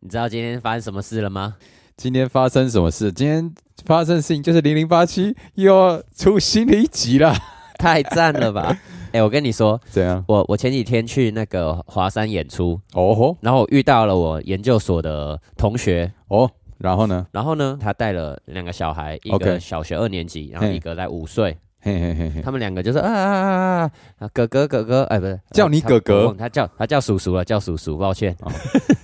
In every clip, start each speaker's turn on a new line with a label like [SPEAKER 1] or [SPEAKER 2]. [SPEAKER 1] 你知道今天发生什么事了吗？
[SPEAKER 2] 今天发生什么事？今天发生的事情就是零零八七又要出新的一集了，
[SPEAKER 1] 太赞了 吧！哎、我跟你说，
[SPEAKER 2] 怎样？
[SPEAKER 1] 我我前几天去那个华山演出，
[SPEAKER 2] 哦吼
[SPEAKER 1] 然后我遇到了我研究所的同学，
[SPEAKER 2] 哦，然后呢？
[SPEAKER 1] 然后呢，他带了两个小孩，一
[SPEAKER 2] OK
[SPEAKER 1] 个小学二年级，然后
[SPEAKER 2] 嘿
[SPEAKER 1] 一个才五岁，
[SPEAKER 2] 嘿嘿嘿嘿，
[SPEAKER 1] 他们两个就是啊啊啊啊啊，哥哥哥哥，哎，不是
[SPEAKER 2] 叫你哥哥
[SPEAKER 1] 他我忘他叫他叫叔叔了，叫叔叔，抱歉，
[SPEAKER 2] 哦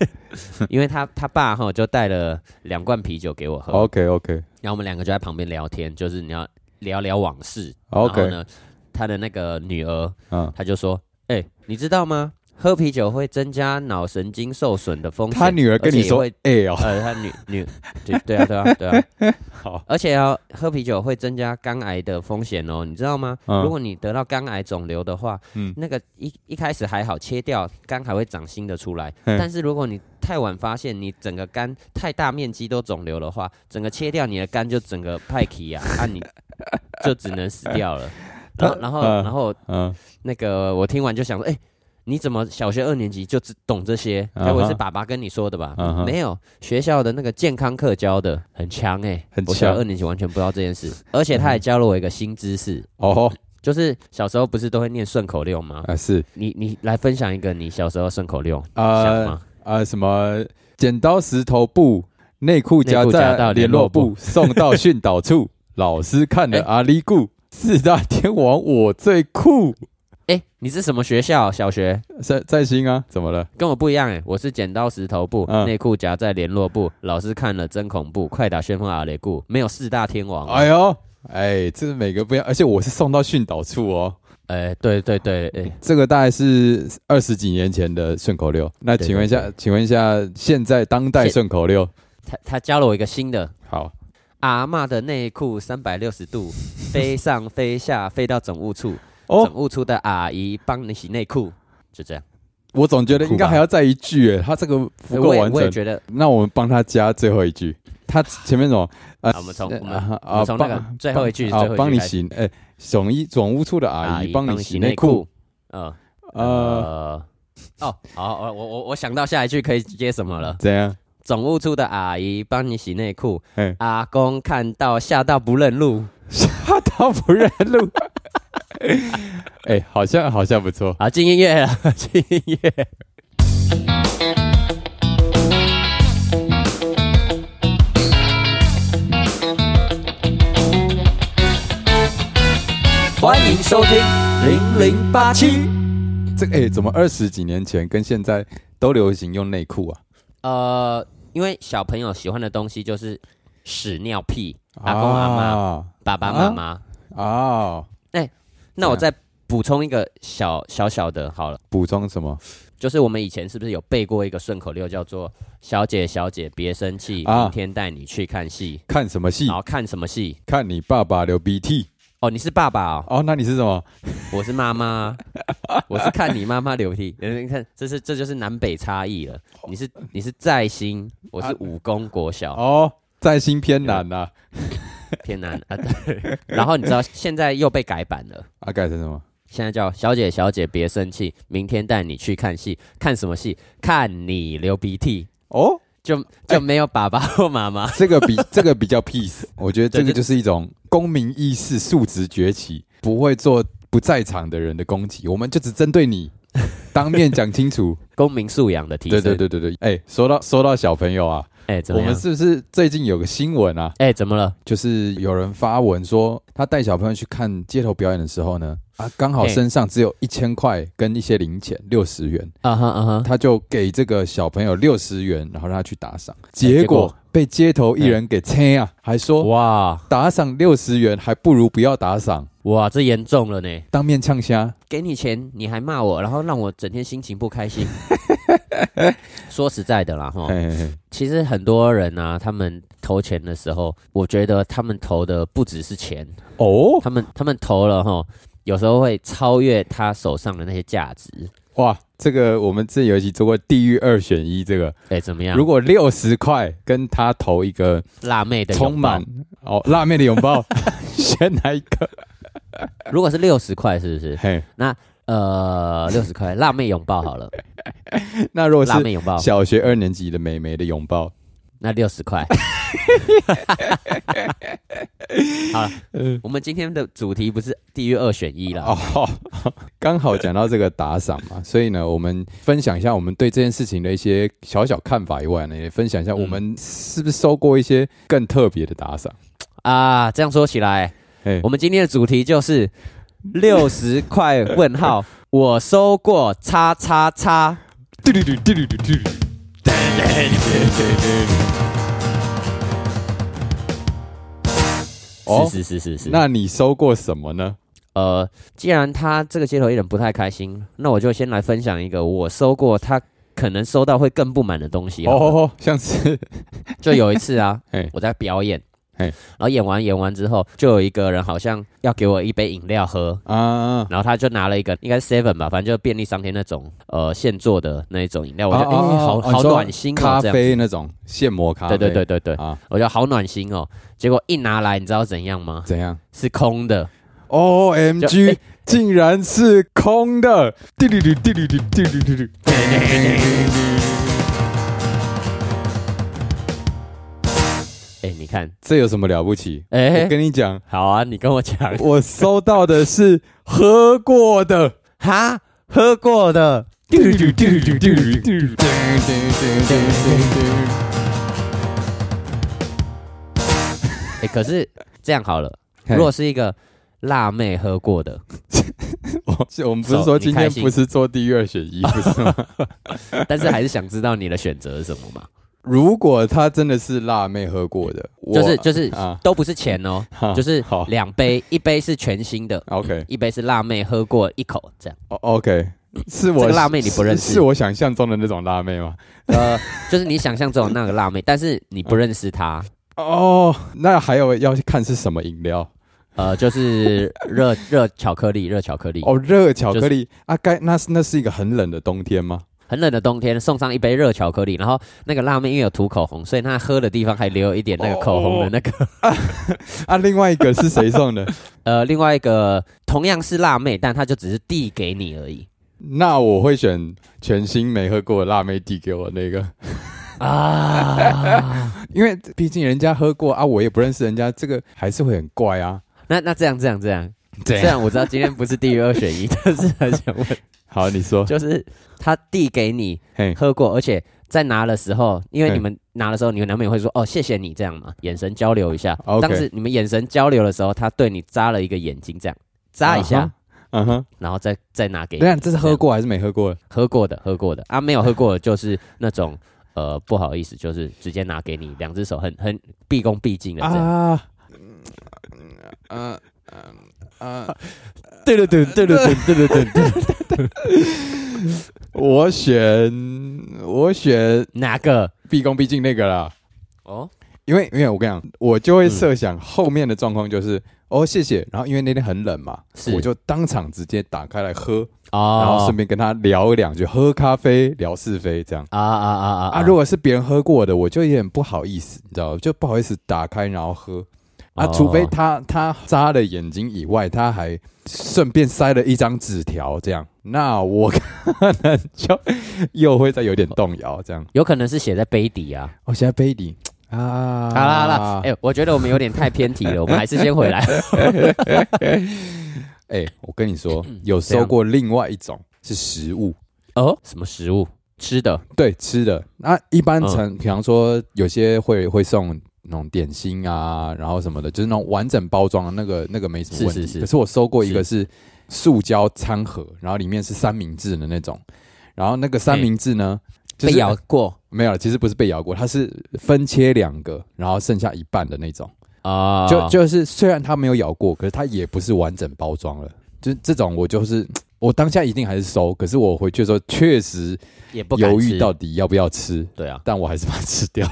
[SPEAKER 1] 因为他他爸哈就带了两罐啤酒给我喝，
[SPEAKER 2] OK OK
[SPEAKER 1] 然后我们两个就在旁边聊天，就是你要聊聊往事。然后
[SPEAKER 2] OK，
[SPEAKER 1] 呢，他的那个女儿，
[SPEAKER 2] 嗯，
[SPEAKER 1] 他就说：“哎、你知道吗？喝啤酒会增加脑神经受损的风险。”
[SPEAKER 2] 他女儿跟你说
[SPEAKER 1] 而且，
[SPEAKER 2] 哎呦
[SPEAKER 1] 也会，，呃，他女女对对啊对啊对啊，
[SPEAKER 2] 好，
[SPEAKER 1] 而且哦，喝啤酒会增加肝癌的风险哦，你知道吗？
[SPEAKER 2] 嗯
[SPEAKER 1] 如果你得到肝癌肿瘤的话，
[SPEAKER 2] 嗯
[SPEAKER 1] 那个一一开始还好，切掉肝还会长新的出来，
[SPEAKER 2] 嗯
[SPEAKER 1] 但是如果你太晚发现，你整个肝太大面积都肿瘤的话，整个切掉你的肝就整个派皮啊，啊你就只能死掉 了。然后，然后，
[SPEAKER 2] 嗯
[SPEAKER 1] 然后
[SPEAKER 2] 嗯，
[SPEAKER 1] 那个我听完就想说，哎、你怎么小学二年级就只懂这些？
[SPEAKER 2] 嗯哼
[SPEAKER 1] 该不会是爸爸跟你说的吧
[SPEAKER 2] 嗯哼
[SPEAKER 1] 没有，学校的那个健康课教的很强哎、
[SPEAKER 2] 很
[SPEAKER 1] 我小
[SPEAKER 2] 强
[SPEAKER 1] 学二年级完全不知道这件 事，而且他还教了我一个新知识，
[SPEAKER 2] 哦吼，
[SPEAKER 1] 就是小时候不是都会念顺口溜吗？
[SPEAKER 2] 啊是，
[SPEAKER 1] 你你来分享一个你小时候顺口溜，想
[SPEAKER 2] 呃
[SPEAKER 1] 吗？
[SPEAKER 2] 呃，什么剪刀石头布，内裤夹
[SPEAKER 1] 内裤夹
[SPEAKER 2] 在
[SPEAKER 1] 到
[SPEAKER 2] 联
[SPEAKER 1] 联
[SPEAKER 2] 络
[SPEAKER 1] 络
[SPEAKER 2] 部，
[SPEAKER 1] 部
[SPEAKER 2] 送到训导处， 老师看了
[SPEAKER 1] 哎
[SPEAKER 2] 阿里顾，四大天王我最酷，
[SPEAKER 1] 哎、你是什么学校？啊小学
[SPEAKER 2] 在在新啊，怎么了？
[SPEAKER 1] 跟我不一样哎、我是剪刀石头布，
[SPEAKER 2] 嗯
[SPEAKER 1] 内裤夹在联络部，老师看了真恐怖，快打旋风啊阿雷固，没有四大天王、啊
[SPEAKER 2] 哎呦，哎，这是每个不一样，而且我是送到训导处哦。
[SPEAKER 1] 哎、对对对，哎、
[SPEAKER 2] 这个大概是二十几年前的顺口溜。那
[SPEAKER 1] 对
[SPEAKER 2] 请问一下，
[SPEAKER 1] 对
[SPEAKER 2] 请问一下，现在当代
[SPEAKER 1] 现
[SPEAKER 2] 顺口溜，
[SPEAKER 1] 他他教了我一个新的，
[SPEAKER 2] 好，
[SPEAKER 1] 阿嬷的内裤三百六十度飞上飞下，飞到总务处，
[SPEAKER 2] 哦
[SPEAKER 1] 总，务处的阿姨帮你洗内裤，就这样。
[SPEAKER 2] 我总觉得应该
[SPEAKER 1] 酷吧
[SPEAKER 2] 还要再一句，哎，他这个不够
[SPEAKER 1] 我也
[SPEAKER 2] 完
[SPEAKER 1] 我也
[SPEAKER 2] 整。
[SPEAKER 1] 觉得，
[SPEAKER 2] 那我们帮他加最后一句，他前面什么？啊
[SPEAKER 1] 啊我们从
[SPEAKER 2] 呃
[SPEAKER 1] 我们
[SPEAKER 2] 啊
[SPEAKER 1] 我们从那个
[SPEAKER 2] 帮
[SPEAKER 1] 最后一句，
[SPEAKER 2] 啊
[SPEAKER 1] 最后一句，
[SPEAKER 2] 帮你
[SPEAKER 1] 开始
[SPEAKER 2] 洗，哎，总一总务处的阿
[SPEAKER 1] 阿
[SPEAKER 2] 姨
[SPEAKER 1] 姨
[SPEAKER 2] 帮你
[SPEAKER 1] 你
[SPEAKER 2] 洗内
[SPEAKER 1] 内
[SPEAKER 2] 裤，，
[SPEAKER 1] 呃
[SPEAKER 2] 呃，
[SPEAKER 1] 呃，哦，好，我我我我想到下一句可以接什么了。
[SPEAKER 2] 怎样？
[SPEAKER 1] 总务处的阿姨帮你洗内裤
[SPEAKER 2] 嗯，
[SPEAKER 1] 阿公看到吓到不认路，
[SPEAKER 2] 他都不认路。 哎，好像好像不错。
[SPEAKER 1] 好，进音乐了，进音乐。欢迎收听零零八七。
[SPEAKER 2] 这个哎、怎么二十几年前跟现在都流行用内裤啊？
[SPEAKER 1] 呃，因为小朋友喜欢的东西就是屎尿屁，阿公阿妈、爸爸妈妈。
[SPEAKER 2] 妈啊，
[SPEAKER 1] 那我再补充一个小小小的，好了。
[SPEAKER 2] 补、充什么？
[SPEAKER 1] 就是我们以前是不是有背过一个顺口溜，叫做“小姐小姐别生气，
[SPEAKER 2] 啊
[SPEAKER 1] 明天带你去看戏
[SPEAKER 2] 看什么”，戏
[SPEAKER 1] 然？后看什么戏？
[SPEAKER 2] 看你爸爸流鼻涕
[SPEAKER 1] 哦，你是爸爸哦，
[SPEAKER 2] 哦？那你是什么？
[SPEAKER 1] 我是妈 妈，我是看你妈妈流涕。你看，这是这就是南北差异了。你是你是在新，我是武功国小，
[SPEAKER 2] 哦，在新偏南呐、啊，
[SPEAKER 1] 偏南啊。对然后你知道现在又被改版了。
[SPEAKER 2] 啊改成什么？
[SPEAKER 1] 现在叫小姐，小姐别生气，明天带你去看戏。看什么戏？看你流鼻涕，
[SPEAKER 2] 哦，
[SPEAKER 1] 就就没有爸爸或妈妈。
[SPEAKER 2] 这个比这个比较 peace，我觉得这
[SPEAKER 1] 对
[SPEAKER 2] 个
[SPEAKER 1] 这
[SPEAKER 2] 就是一种公民意识素质崛起，不会做不在场的人的攻击，我们就只针 对你，当面讲清楚。
[SPEAKER 1] 公民素养的提
[SPEAKER 2] 对
[SPEAKER 1] 升。
[SPEAKER 2] 对对对对，哎、说到说到小朋友啊，
[SPEAKER 1] 哎、怎
[SPEAKER 2] 我
[SPEAKER 1] 么样
[SPEAKER 2] 们？是不是最近有个新闻啊？
[SPEAKER 1] 哎、怎么了？
[SPEAKER 2] 就是有人发文说，他带小朋友去看街头表演的时候呢，啊，刚好
[SPEAKER 1] 嘿
[SPEAKER 2] 身上只有一千块跟一些零钱，六十元，
[SPEAKER 1] 啊哈啊哈！
[SPEAKER 2] 他就给这个小朋友六十元，然后让他去打赏，结
[SPEAKER 1] 结
[SPEAKER 2] 果
[SPEAKER 1] 果
[SPEAKER 2] 被街头艺人给切啊，还说
[SPEAKER 1] 哇
[SPEAKER 2] 打赏六十元还不如不要打赏，
[SPEAKER 1] 哇，这严重了呢！
[SPEAKER 2] 当面呛虾。
[SPEAKER 1] 给你钱你还骂我，然后让我整天心情不开 心。说实在的啦，哈，
[SPEAKER 2] 嘿嘿嘿，
[SPEAKER 1] 其实很多人啊，他们投钱的时候，我觉得他们投的不只是钱，
[SPEAKER 2] 哦，
[SPEAKER 1] 他们他们投了哈，有时候会超越他手上的那些价值。
[SPEAKER 2] 哇，这个我们之前有一期做过地狱二选一，这个
[SPEAKER 1] 哎、怎么样？
[SPEAKER 2] 如果六十块跟他投一个
[SPEAKER 1] 辣妹的拥抱
[SPEAKER 2] 充满，哦辣 妹的拥抱，选哪一个？
[SPEAKER 1] 如果是六十块，是不是？
[SPEAKER 2] 嘿，
[SPEAKER 1] 那呃，六十块辣妹拥抱 好了，
[SPEAKER 2] 那如果
[SPEAKER 1] 辣
[SPEAKER 2] 是
[SPEAKER 1] 妹拥啊抱，
[SPEAKER 2] 小学二年级的美眉的拥抱，
[SPEAKER 1] 那六十 块。好了，我们今天的主题不是地狱二选一了，
[SPEAKER 2] 哦，刚好讲到这个打赏 嘛，所以呢，我们分享一下我们对这件事情的一些小小看法以外呢，也分享一下我们是不是收过一些更特别的打赏。
[SPEAKER 1] 啊，这样说起来，
[SPEAKER 2] 哎
[SPEAKER 1] 我们今天的主题就是六十块问 号，我收过叉叉叉。
[SPEAKER 2] 嘟嘟嘟嘟嘟嘟嘟。哦
[SPEAKER 1] 是是是是是。
[SPEAKER 2] 那你收过什么呢？
[SPEAKER 1] 呃，既然他这个街头艺人不太开心，那我就先来分享一个我收过他可能收到会更不满的东西。
[SPEAKER 2] 哦
[SPEAKER 1] 哦，
[SPEAKER 2] 哦，像是
[SPEAKER 1] 就有一次啊
[SPEAKER 2] 嘿，
[SPEAKER 1] 我在表演，
[SPEAKER 2] 嘿
[SPEAKER 1] 然后演完演完之后，就有一个人好像要给我一杯饮料喝，
[SPEAKER 2] 啊，
[SPEAKER 1] 然后他就拿了一个应该 seven 吧，反正就便利商店那种呃现做的那一种饮料，我就哎、
[SPEAKER 2] 哦哦
[SPEAKER 1] 好
[SPEAKER 2] 哦
[SPEAKER 1] 好
[SPEAKER 2] 你说
[SPEAKER 1] 暖心哦，
[SPEAKER 2] 咖
[SPEAKER 1] 这样。
[SPEAKER 2] 啡那种现磨咖啡，
[SPEAKER 1] 对对对对对，
[SPEAKER 2] 啊，
[SPEAKER 1] 我觉得好暖心哦。结果一拿来，你知道怎样吗？
[SPEAKER 2] 怎样
[SPEAKER 1] 是空的。
[SPEAKER 2] ？O M
[SPEAKER 1] 就
[SPEAKER 2] G，竟然是空的！滴滴滴滴滴滴滴滴滴滴。
[SPEAKER 1] 哎、你看，
[SPEAKER 2] 这有什么了不起？
[SPEAKER 1] 哎、
[SPEAKER 2] 我跟你讲，
[SPEAKER 1] 好啊，你跟我讲，
[SPEAKER 2] 我收到的是喝过的。
[SPEAKER 1] 哈，喝过 的，哎、可是这样好了，
[SPEAKER 2] 嘿
[SPEAKER 1] 如果是一个辣妹喝过 的，
[SPEAKER 2] 我我们不是说今天不是做第二选一，不是吗？
[SPEAKER 1] 但是还是想知道你的选择是什么嘛？
[SPEAKER 2] 如果她真的是辣妹喝过的，我
[SPEAKER 1] 就是就是
[SPEAKER 2] 啊，
[SPEAKER 1] 都不是钱哦，
[SPEAKER 2] 哈
[SPEAKER 1] 就是
[SPEAKER 2] 好
[SPEAKER 1] 两杯，一杯是全新的，
[SPEAKER 2] OK
[SPEAKER 1] 一杯是辣妹喝过一口，这样，
[SPEAKER 2] O- OK，是
[SPEAKER 1] 这
[SPEAKER 2] 我
[SPEAKER 1] 个辣妹你不认识
[SPEAKER 2] 是是我想象中的那种辣妹吗？
[SPEAKER 1] 呃，就是你想象中的那个辣妹，但是你不认识她，
[SPEAKER 2] 哦，那还有要看是什么饮料
[SPEAKER 1] 呃，就是热热巧克力，热巧克力，
[SPEAKER 2] 哦，热巧克力啊，该那是那是一个很冷的冬天吗？
[SPEAKER 1] 很冷的冬天送上一杯热巧克力，然后那个辣妹因为有涂口红，所以她喝的地方还留有一点那个口红的那
[SPEAKER 2] 哦
[SPEAKER 1] 个，
[SPEAKER 2] 啊，另外一个是谁送的？
[SPEAKER 1] 呃，另外一个同样是辣妹，但她就只是递给你而已
[SPEAKER 2] 那我会选全新没喝过的辣妹递给我那个，
[SPEAKER 1] 啊。
[SPEAKER 2] 因为毕竟人家喝过啊，我也不认识人家，这个还是会很怪啊。
[SPEAKER 1] 那那这样这样这样，
[SPEAKER 2] 怎
[SPEAKER 1] 虽？然我知道今天不是地狱二选一， 但是很想问，
[SPEAKER 2] 好，你说，
[SPEAKER 1] 就是他递给你
[SPEAKER 2] 嘿，
[SPEAKER 1] 喝过，而且在拿的时候，因为
[SPEAKER 2] 嗯
[SPEAKER 1] 你们拿的时候，你们难免会说哦谢谢你这样嘛，眼神交流一下。
[SPEAKER 2] 哦 OK
[SPEAKER 1] 当时你们眼神交流的时候，他对你眨了一个眼睛，这样眨一下，哎
[SPEAKER 2] 嗯哼，
[SPEAKER 1] 然后再再拿给
[SPEAKER 2] 对
[SPEAKER 1] 你。
[SPEAKER 2] 啊，这是喝过还是没喝过？
[SPEAKER 1] 喝过的，喝过的啊，没有喝过的就是那种。呃，不好意思，就是直接拿给你，两只手很很毕恭毕敬的这样。
[SPEAKER 2] 啊，嗯嗯嗯，
[SPEAKER 1] 对对对对对对对对对，
[SPEAKER 2] 我选我选
[SPEAKER 1] 哪个？
[SPEAKER 2] 毕恭毕敬那个啦，
[SPEAKER 1] 哦，
[SPEAKER 2] 因为因为我跟你讲，我就会设想后面的状况就是。哦，谢谢。然后因为那天很冷嘛，
[SPEAKER 1] 是
[SPEAKER 2] 我就当场直接打开来喝，然后
[SPEAKER 1] 哦
[SPEAKER 2] 顺，便跟他聊两句，喝咖啡聊是非这样。
[SPEAKER 1] 啊啊啊啊
[SPEAKER 2] 啊，如果是别人喝过的，我就有点不好意思，你知道吗？就不好意思打开然后喝啊，
[SPEAKER 1] 哦
[SPEAKER 2] 除非他他扎了眼睛以外，他还顺便塞了一张纸条，这样，那我可能就又会再有点动摇，这样。
[SPEAKER 1] 有可能是写在杯底啊。
[SPEAKER 2] 我、哦现在杯底啊，
[SPEAKER 1] 好啦好啦，哎、我觉得我们有点太偏题 了，我们还是先回来。
[SPEAKER 2] 哎、我跟你说，有收过另外一种是食物，
[SPEAKER 1] 哦，什么食物？吃的？
[SPEAKER 2] 对吃的。那一
[SPEAKER 1] 嗯
[SPEAKER 2] 般成，比方说有些会会送那种点心啊，然后什么的，就是那种完整包装的那个那个没什么问题。
[SPEAKER 1] 是是是
[SPEAKER 2] 可是我收过一个是塑胶餐盒，然后里面是三明治的那种，然后那个三明治呢，就是
[SPEAKER 1] 被咬过
[SPEAKER 2] 没有了，其实不是被咬过，它是分切两个，然后剩下一半的那种。
[SPEAKER 1] 啊？
[SPEAKER 2] 就就是虽然它没有咬过，可是它也不是完整包装了。就是这种，我就是。我当下一定还是收，可是我回去的时候确实
[SPEAKER 1] 也不敢
[SPEAKER 2] 犹
[SPEAKER 1] 吃
[SPEAKER 2] 豫到底要不要吃，
[SPEAKER 1] 对啊。
[SPEAKER 2] 但我还是把它吃掉。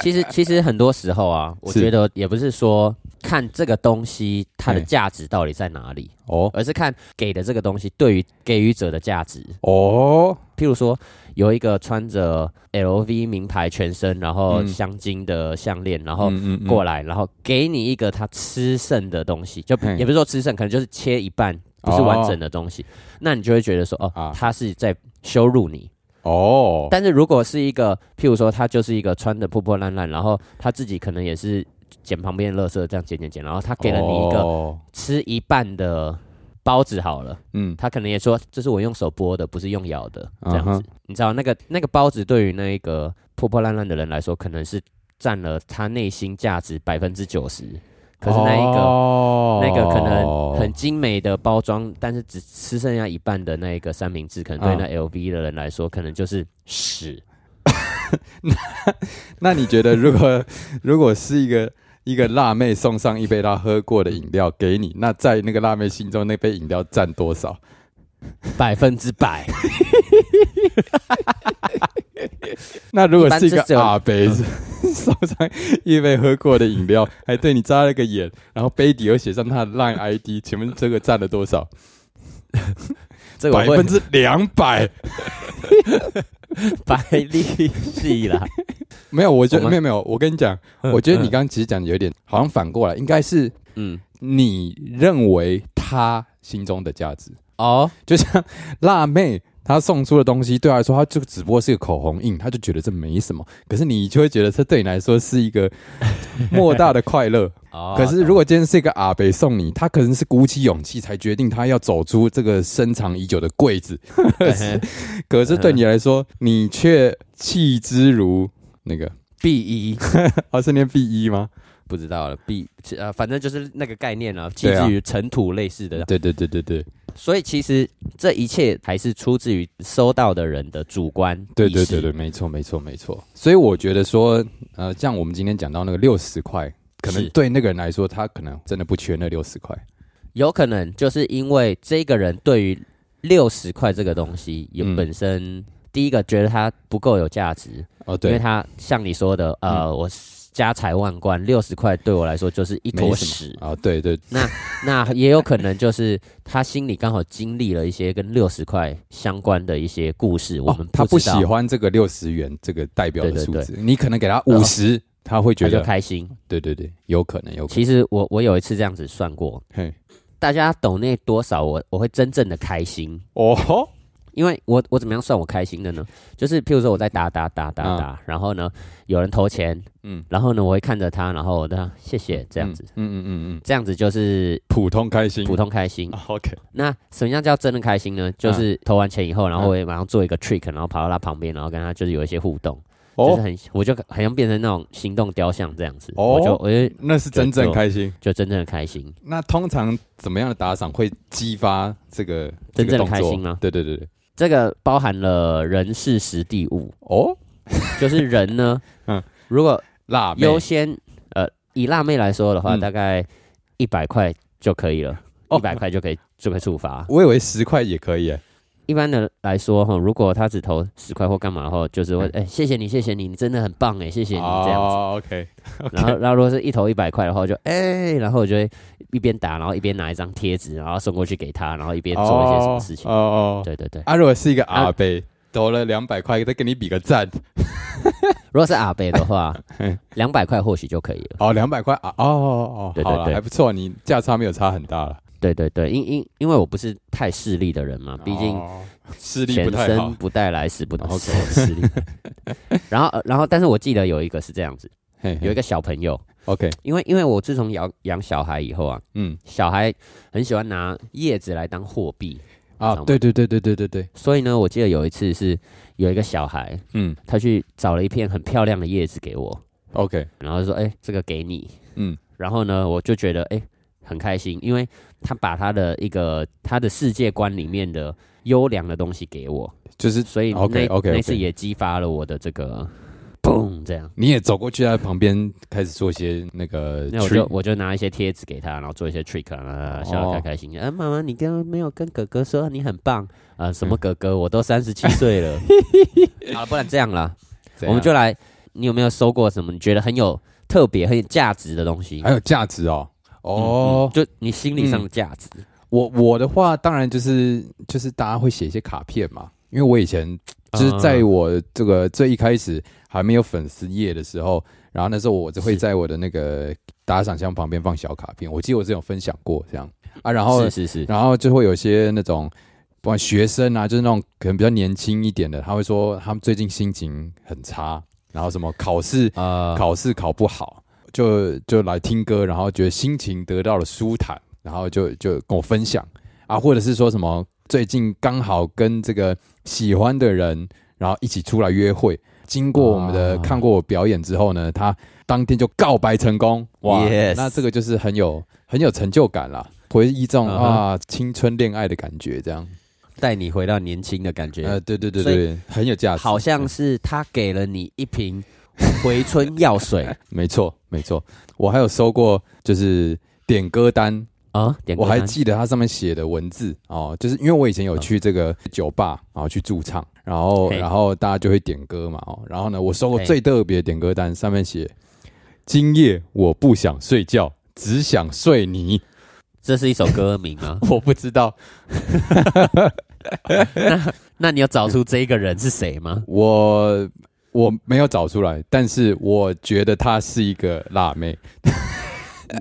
[SPEAKER 1] 其 实其实很多时候啊，我
[SPEAKER 2] 是
[SPEAKER 1] 觉得也不是说看这个东西它的
[SPEAKER 2] 嗯
[SPEAKER 1] 价值到底在哪里，
[SPEAKER 2] 哦
[SPEAKER 1] 而是看给的这个东西对于给予者的价值。
[SPEAKER 2] 哦，
[SPEAKER 1] 譬如说，有一个穿着 LV 名牌全身，然后
[SPEAKER 2] 嗯
[SPEAKER 1] 镶金的项链，然后
[SPEAKER 2] 嗯嗯
[SPEAKER 1] 过
[SPEAKER 2] 来，
[SPEAKER 1] 来，然后给你一个他吃剩的东西，就
[SPEAKER 2] 嘿哦
[SPEAKER 1] 也不是说吃剩，可能就是切一半不是完整的东西，那你就会觉得说，哦，
[SPEAKER 2] 啊
[SPEAKER 1] 他是在羞辱你。
[SPEAKER 2] 哦，
[SPEAKER 1] 但是如果是一个，譬如说他就是一个穿的破破烂烂，然后他自己可能也是捡旁边的垃圾这样捡捡捡，然后他给了你一个
[SPEAKER 2] 哦
[SPEAKER 1] 吃一半的包子好了，
[SPEAKER 2] 嗯，
[SPEAKER 1] 他可能也说这是我用手剥的，不是用咬的这样
[SPEAKER 2] 嗯
[SPEAKER 1] 子。
[SPEAKER 2] 哼
[SPEAKER 1] 你知道那个那个包子对于那一个破破烂烂的人来说，可能是占了他内心价值百分之九十，可是那一个。
[SPEAKER 2] 哦
[SPEAKER 1] 那个可能很精美的包装，但是只吃剩下一半的那一个三明治，可能对
[SPEAKER 2] 嗯
[SPEAKER 1] 那 LV 的人来说，可能就是屎。
[SPEAKER 2] 那你觉得，如果 如果是一个一个辣妹送上一杯她喝过的饮料给你，那在那个辣妹心中，那杯饮料占多少？
[SPEAKER 1] 百分之百，
[SPEAKER 2] 那如果是一
[SPEAKER 1] 一
[SPEAKER 2] 个
[SPEAKER 1] 般只有
[SPEAKER 2] 阿伯送上一杯喝过的饮料，还对你眨了个眼，然后杯底又写上他的 Line ID，请问这个占了多少？
[SPEAKER 1] 这个
[SPEAKER 2] 百
[SPEAKER 1] 我会
[SPEAKER 2] 分之两百？
[SPEAKER 1] 白利息啦。
[SPEAKER 2] 没有，我觉
[SPEAKER 1] 我们
[SPEAKER 2] 得没有没有。我跟你讲，我觉得你刚刚其实讲的有点好像反过来，应该是
[SPEAKER 1] 嗯，
[SPEAKER 2] 你认为他心中的价值。
[SPEAKER 1] 哦，
[SPEAKER 2] 就像辣妹她送出的东西，对她来说，她就只不过是个口红印，她就觉得这没什么。可是你就会觉得这对你来说是一 个莫大的快乐。
[SPEAKER 1] 哦，
[SPEAKER 2] 可 是如果今天是一个阿北送你，他可能是鼓起勇气才决定他要走出这个深藏已久的柜子，
[SPEAKER 1] 嗯哼
[SPEAKER 2] 可是对你来说，你却弃之如那个，
[SPEAKER 1] B 一
[SPEAKER 2] 啊是念 B 一吗？
[SPEAKER 1] 不知道了，B 呃，反正就是那个概念啊，基
[SPEAKER 2] 对啊
[SPEAKER 1] 于尘土类似的。
[SPEAKER 2] 对对对对对
[SPEAKER 1] 所以其实这一切还是出自于收到的人的主观
[SPEAKER 2] 对
[SPEAKER 1] 意
[SPEAKER 2] 对
[SPEAKER 1] 识
[SPEAKER 2] 对对，没错没错没错。所以我觉得说，呃，像我们今天讲到那个六十块，可能
[SPEAKER 1] 是
[SPEAKER 2] 对那个人来说，他可能真的不缺那六十块。
[SPEAKER 1] 有可能就是因为这个人对于六十块这个东西有
[SPEAKER 2] 嗯
[SPEAKER 1] 本身、第一个觉得它不够有价值，
[SPEAKER 2] 哦，
[SPEAKER 1] 因为
[SPEAKER 2] 对，嗯
[SPEAKER 1] 它像你说的，呃，我家财万贯，六十块对我来说就是一
[SPEAKER 2] 没
[SPEAKER 1] 坨
[SPEAKER 2] 什
[SPEAKER 1] 屎
[SPEAKER 2] 么。啊、对对，
[SPEAKER 1] 那也有可能就是他心里刚好经历了一些跟六十块相关的一些故事，我们
[SPEAKER 2] 哦他
[SPEAKER 1] 不
[SPEAKER 2] 不
[SPEAKER 1] 知道
[SPEAKER 2] 喜，欢这个六十元这个代表的
[SPEAKER 1] 对对
[SPEAKER 2] 数
[SPEAKER 1] 对嗯
[SPEAKER 2] 字，你可能给他五十、他会觉
[SPEAKER 1] 他就
[SPEAKER 2] 得，
[SPEAKER 1] 开心。
[SPEAKER 2] 对对对，有可能有可能。
[SPEAKER 1] 其实我我有一次这样子算过，
[SPEAKER 2] 嘿，
[SPEAKER 1] 大家抖那多少我我会真正的开心。
[SPEAKER 2] 哦吼，
[SPEAKER 1] 因为我我怎么样算我开心的呢？就是譬如说我在打打打打打，然后呢有人投钱，
[SPEAKER 2] 嗯，
[SPEAKER 1] 然后呢我会看着他，然后我跟他谢谢这样子，
[SPEAKER 2] 嗯嗯嗯嗯，
[SPEAKER 1] 这样子就是
[SPEAKER 2] 普通开心，
[SPEAKER 1] 普通开心。
[SPEAKER 2] 啊 OK，
[SPEAKER 1] 那什么样叫真的开心呢？
[SPEAKER 2] 嗯
[SPEAKER 1] 就是投完钱以后，然后我也马上做一个 trick，然后跑到他旁边，然后跟他就是有一些互动，就是
[SPEAKER 2] 哦，
[SPEAKER 1] 很我就好像变成那种行动雕像这样子，
[SPEAKER 2] 哦
[SPEAKER 1] 我就我就
[SPEAKER 2] 那是真正开心。
[SPEAKER 1] 就真正的开心，
[SPEAKER 2] 那通常怎么样的打赏会激发这个这
[SPEAKER 1] 真
[SPEAKER 2] 个
[SPEAKER 1] 正的
[SPEAKER 2] 动
[SPEAKER 1] 开
[SPEAKER 2] 作
[SPEAKER 1] 心吗
[SPEAKER 2] 对对对对，
[SPEAKER 1] 这个包含了人事实地物，
[SPEAKER 2] 哦，，
[SPEAKER 1] 就是人呢
[SPEAKER 2] 嗯，
[SPEAKER 1] 如果
[SPEAKER 2] 辣妹
[SPEAKER 1] 优先呃，以辣妹来说的话，
[SPEAKER 2] 嗯
[SPEAKER 1] 大概一百块就可以了，
[SPEAKER 2] 哦
[SPEAKER 1] 一百块就可以就可以触发。
[SPEAKER 2] 我以为十块也可以耶，
[SPEAKER 1] 一般的来说哈，如果他只投十块或干嘛的话，就是会
[SPEAKER 2] 嗯
[SPEAKER 1] 哎、谢谢你，谢谢你，你真的很棒哎，谢谢你这样子。
[SPEAKER 2] 哦，OK，
[SPEAKER 1] 然 后然后如果是一投一百块的话，我就哎、然后我就会一边打，然后一边拿一张贴纸，然后送过去给他，然后一边做一些什么事情。
[SPEAKER 2] 哦哦，哦
[SPEAKER 1] 对对对，
[SPEAKER 2] 啊，如果是一个阿贝投了两百块，再给你比个赞，
[SPEAKER 1] 如果是阿贝的 话
[SPEAKER 2] 嘿，
[SPEAKER 1] 两百块或许就可以了。
[SPEAKER 2] 哦，两百块啊，哦哦哦，
[SPEAKER 1] 对对
[SPEAKER 2] 好了，
[SPEAKER 1] 对
[SPEAKER 2] 还不错，你价差没有差很大了，
[SPEAKER 1] 对对对，因因因为我不是太势利的人嘛，毕竟
[SPEAKER 2] 哦视力
[SPEAKER 1] 全
[SPEAKER 2] 不太
[SPEAKER 1] 身
[SPEAKER 2] 好，
[SPEAKER 1] 不带来，死不能
[SPEAKER 2] 然后
[SPEAKER 1] 死吃力。然后，呃然后，但是我记得有一个是这样子，
[SPEAKER 2] 嘿嘿
[SPEAKER 1] 有一个小朋友，
[SPEAKER 2] OK，
[SPEAKER 1] 因为因为我自从养养小孩以后啊，
[SPEAKER 2] 嗯
[SPEAKER 1] 小孩很喜欢拿叶子来当货币，
[SPEAKER 2] 啊
[SPEAKER 1] 知道，吗
[SPEAKER 2] 对对对对对对对，
[SPEAKER 1] 所以呢，我记得有一次是有一个小孩，
[SPEAKER 2] 嗯
[SPEAKER 1] 他去找了一片很漂亮的叶子给我，
[SPEAKER 2] ，OK，
[SPEAKER 1] 然后说：“哎、这个给你。”
[SPEAKER 2] 嗯
[SPEAKER 1] 然后呢，我就觉得哎、很开心，因为他把他的一个他的世界观里面的优良的东西给我，
[SPEAKER 2] 就是
[SPEAKER 1] 所以那
[SPEAKER 2] OK，OK，OK
[SPEAKER 1] 那次也激发了我的这个砰这样。
[SPEAKER 2] 你也走过去在旁边开始做一些那个
[SPEAKER 1] 那我就
[SPEAKER 2] treat
[SPEAKER 1] 我就拿一些贴纸给他，然后做一些 trick 啊，
[SPEAKER 2] 哦
[SPEAKER 1] 笑得开开心心。啊，妈妈，你跟没有跟哥哥说你很棒啊？什么哥哥？我都三十七岁了。 好了，不然这样啦，
[SPEAKER 2] 怎样
[SPEAKER 1] 我们就来。你有没有收过什么你觉得很有特别、很有价值的东西？
[SPEAKER 2] 还有价值哦。哦，
[SPEAKER 1] 嗯就你心理上的价值。
[SPEAKER 2] 我我的话，当然就是就是大家会写一些卡片嘛，因为我以前
[SPEAKER 1] 嗯
[SPEAKER 2] 就是在我这个最一开始还没有粉丝页的时候，然后那时候我就会
[SPEAKER 1] 是
[SPEAKER 2] 在我的那个打赏箱旁边放小卡片，我记得我之前有分享过这样，啊，然后
[SPEAKER 1] 是是是，
[SPEAKER 2] 然后就会有些那种，不管学生啊，就是那种可能比较年轻一点的，他会说他们最近心情很差，然后什么考试、
[SPEAKER 1] 呃，
[SPEAKER 2] 考试考不好，就就来听歌，然后觉得心情得到了舒坦，然后就就跟我分享啊，或者是说什么最近刚好跟这个喜欢的人，然后一起出来约会。经过我们的、
[SPEAKER 1] 啊
[SPEAKER 2] 看过我表演之后呢，他当天就告白成功，哇
[SPEAKER 1] Yes
[SPEAKER 2] 那这个就是很有很有成就感啦，回忆这种、
[SPEAKER 1] 嗯哼
[SPEAKER 2] 啊青春恋爱的感觉，这样，
[SPEAKER 1] 带你回到年轻的感觉。
[SPEAKER 2] 呃，对对对
[SPEAKER 1] 所以
[SPEAKER 2] 对，很有价值，
[SPEAKER 1] 好像是他给了你一瓶回春药水
[SPEAKER 2] 没错没错，我还有收过就是点歌单，
[SPEAKER 1] 啊，点
[SPEAKER 2] 我
[SPEAKER 1] 歌
[SPEAKER 2] 还
[SPEAKER 1] 单嗯
[SPEAKER 2] 记得它上面写的文字哦，就是因为我以前有去这个酒吧，然后去驻唱，然后
[SPEAKER 1] 嘿
[SPEAKER 2] 然后大家就会点歌嘛哦，然后呢，我收过
[SPEAKER 1] 嘿
[SPEAKER 2] 最特别的点歌单，上面写“今夜我不想睡觉，只想睡你
[SPEAKER 1] 这是一首歌名啊。”，
[SPEAKER 2] 我不知道，
[SPEAKER 1] 那你有找出这一个人是谁 吗？
[SPEAKER 2] 我我没有找出来，但是我觉得她是一个辣妹，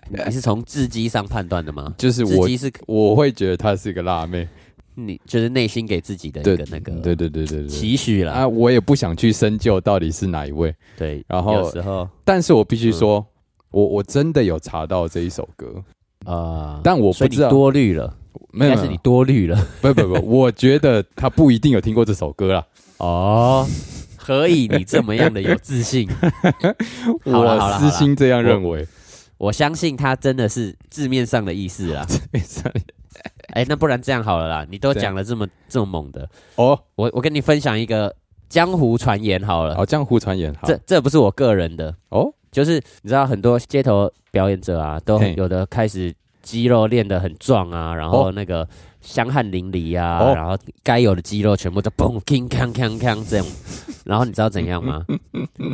[SPEAKER 1] 你你是从字迹上判断的吗？
[SPEAKER 2] 就是
[SPEAKER 1] 字
[SPEAKER 2] 我
[SPEAKER 1] 迹是
[SPEAKER 2] 我会觉得她是一个辣妹，
[SPEAKER 1] 你就是内心给自己的
[SPEAKER 2] 对
[SPEAKER 1] 一个那个
[SPEAKER 2] 对对对对对。
[SPEAKER 1] 期许啦。
[SPEAKER 2] 啊，我也不想去深究到底是哪一位，
[SPEAKER 1] 对，
[SPEAKER 2] 然后
[SPEAKER 1] 有时候
[SPEAKER 2] 但是我必须说，我我真的有查到这一首歌，
[SPEAKER 1] 呃，
[SPEAKER 2] 但我
[SPEAKER 1] 所
[SPEAKER 2] 不
[SPEAKER 1] 以你
[SPEAKER 2] 知道，
[SPEAKER 1] 多虑了，
[SPEAKER 2] 没
[SPEAKER 1] 应
[SPEAKER 2] 有
[SPEAKER 1] 该是你多虑了
[SPEAKER 2] 不不不，我觉得他不一定有听过这首歌啦。
[SPEAKER 1] 哦。何以你这么样的有自信？ 好啦好
[SPEAKER 2] 我
[SPEAKER 1] 啦
[SPEAKER 2] 私心这样认为。
[SPEAKER 1] 我相信他真的是字面上的意思啦。 哎，那不然这样好了啦，你都
[SPEAKER 2] 这样
[SPEAKER 1] 讲了这么这么猛的，
[SPEAKER 2] 哦，
[SPEAKER 1] 我我跟你分享一个江湖传言好了，
[SPEAKER 2] 好，江湖传言，好
[SPEAKER 1] 这这不是我个人的，
[SPEAKER 2] 哦，
[SPEAKER 1] 就是你知道很多街头表演者啊，都
[SPEAKER 2] 嘿
[SPEAKER 1] 有的开始肌肉练得很壮啊，然后
[SPEAKER 2] 哦
[SPEAKER 1] 那个香汗淋漓啊，
[SPEAKER 2] 哦
[SPEAKER 1] 然后该有的肌肉全部都嘣铿锵锵锵这样，然后你知道怎样 吗？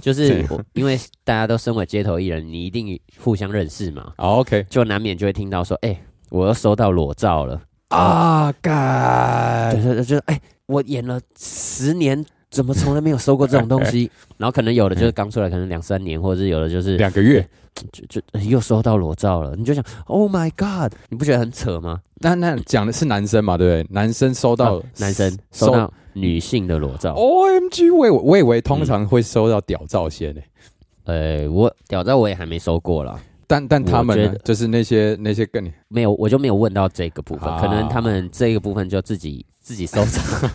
[SPEAKER 1] 就是我因为大家都身为街头艺人，你一定互相认识嘛，
[SPEAKER 2] 好 OK
[SPEAKER 1] 就难免就会听到说，哎、我又收到裸照了。
[SPEAKER 2] 啊，干
[SPEAKER 1] 对对对，就是哎、我演了十年，怎么从来没有收过这种东西？ 哎然后可能有的就是刚出来，可能两三年，或者是有的就是
[SPEAKER 2] 两个月。
[SPEAKER 1] 就就呃又收到裸照了，你就想，Oh my God，你不觉得很扯吗？
[SPEAKER 2] 那那讲的是男生嘛，对不对？男生收到
[SPEAKER 1] 啊男生收哦到女性的裸照，
[SPEAKER 2] O M G，我以为我以为通常会收到屌照先欸呢，
[SPEAKER 1] 呃，我屌照我也还没收过啦，
[SPEAKER 2] 但但他们
[SPEAKER 1] 我
[SPEAKER 2] 呢
[SPEAKER 1] 觉得
[SPEAKER 2] 就是那些那些跟你
[SPEAKER 1] 没有，我就没有问到这个部分，
[SPEAKER 2] 啊
[SPEAKER 1] 可能他们这个部分就自己自己收藏。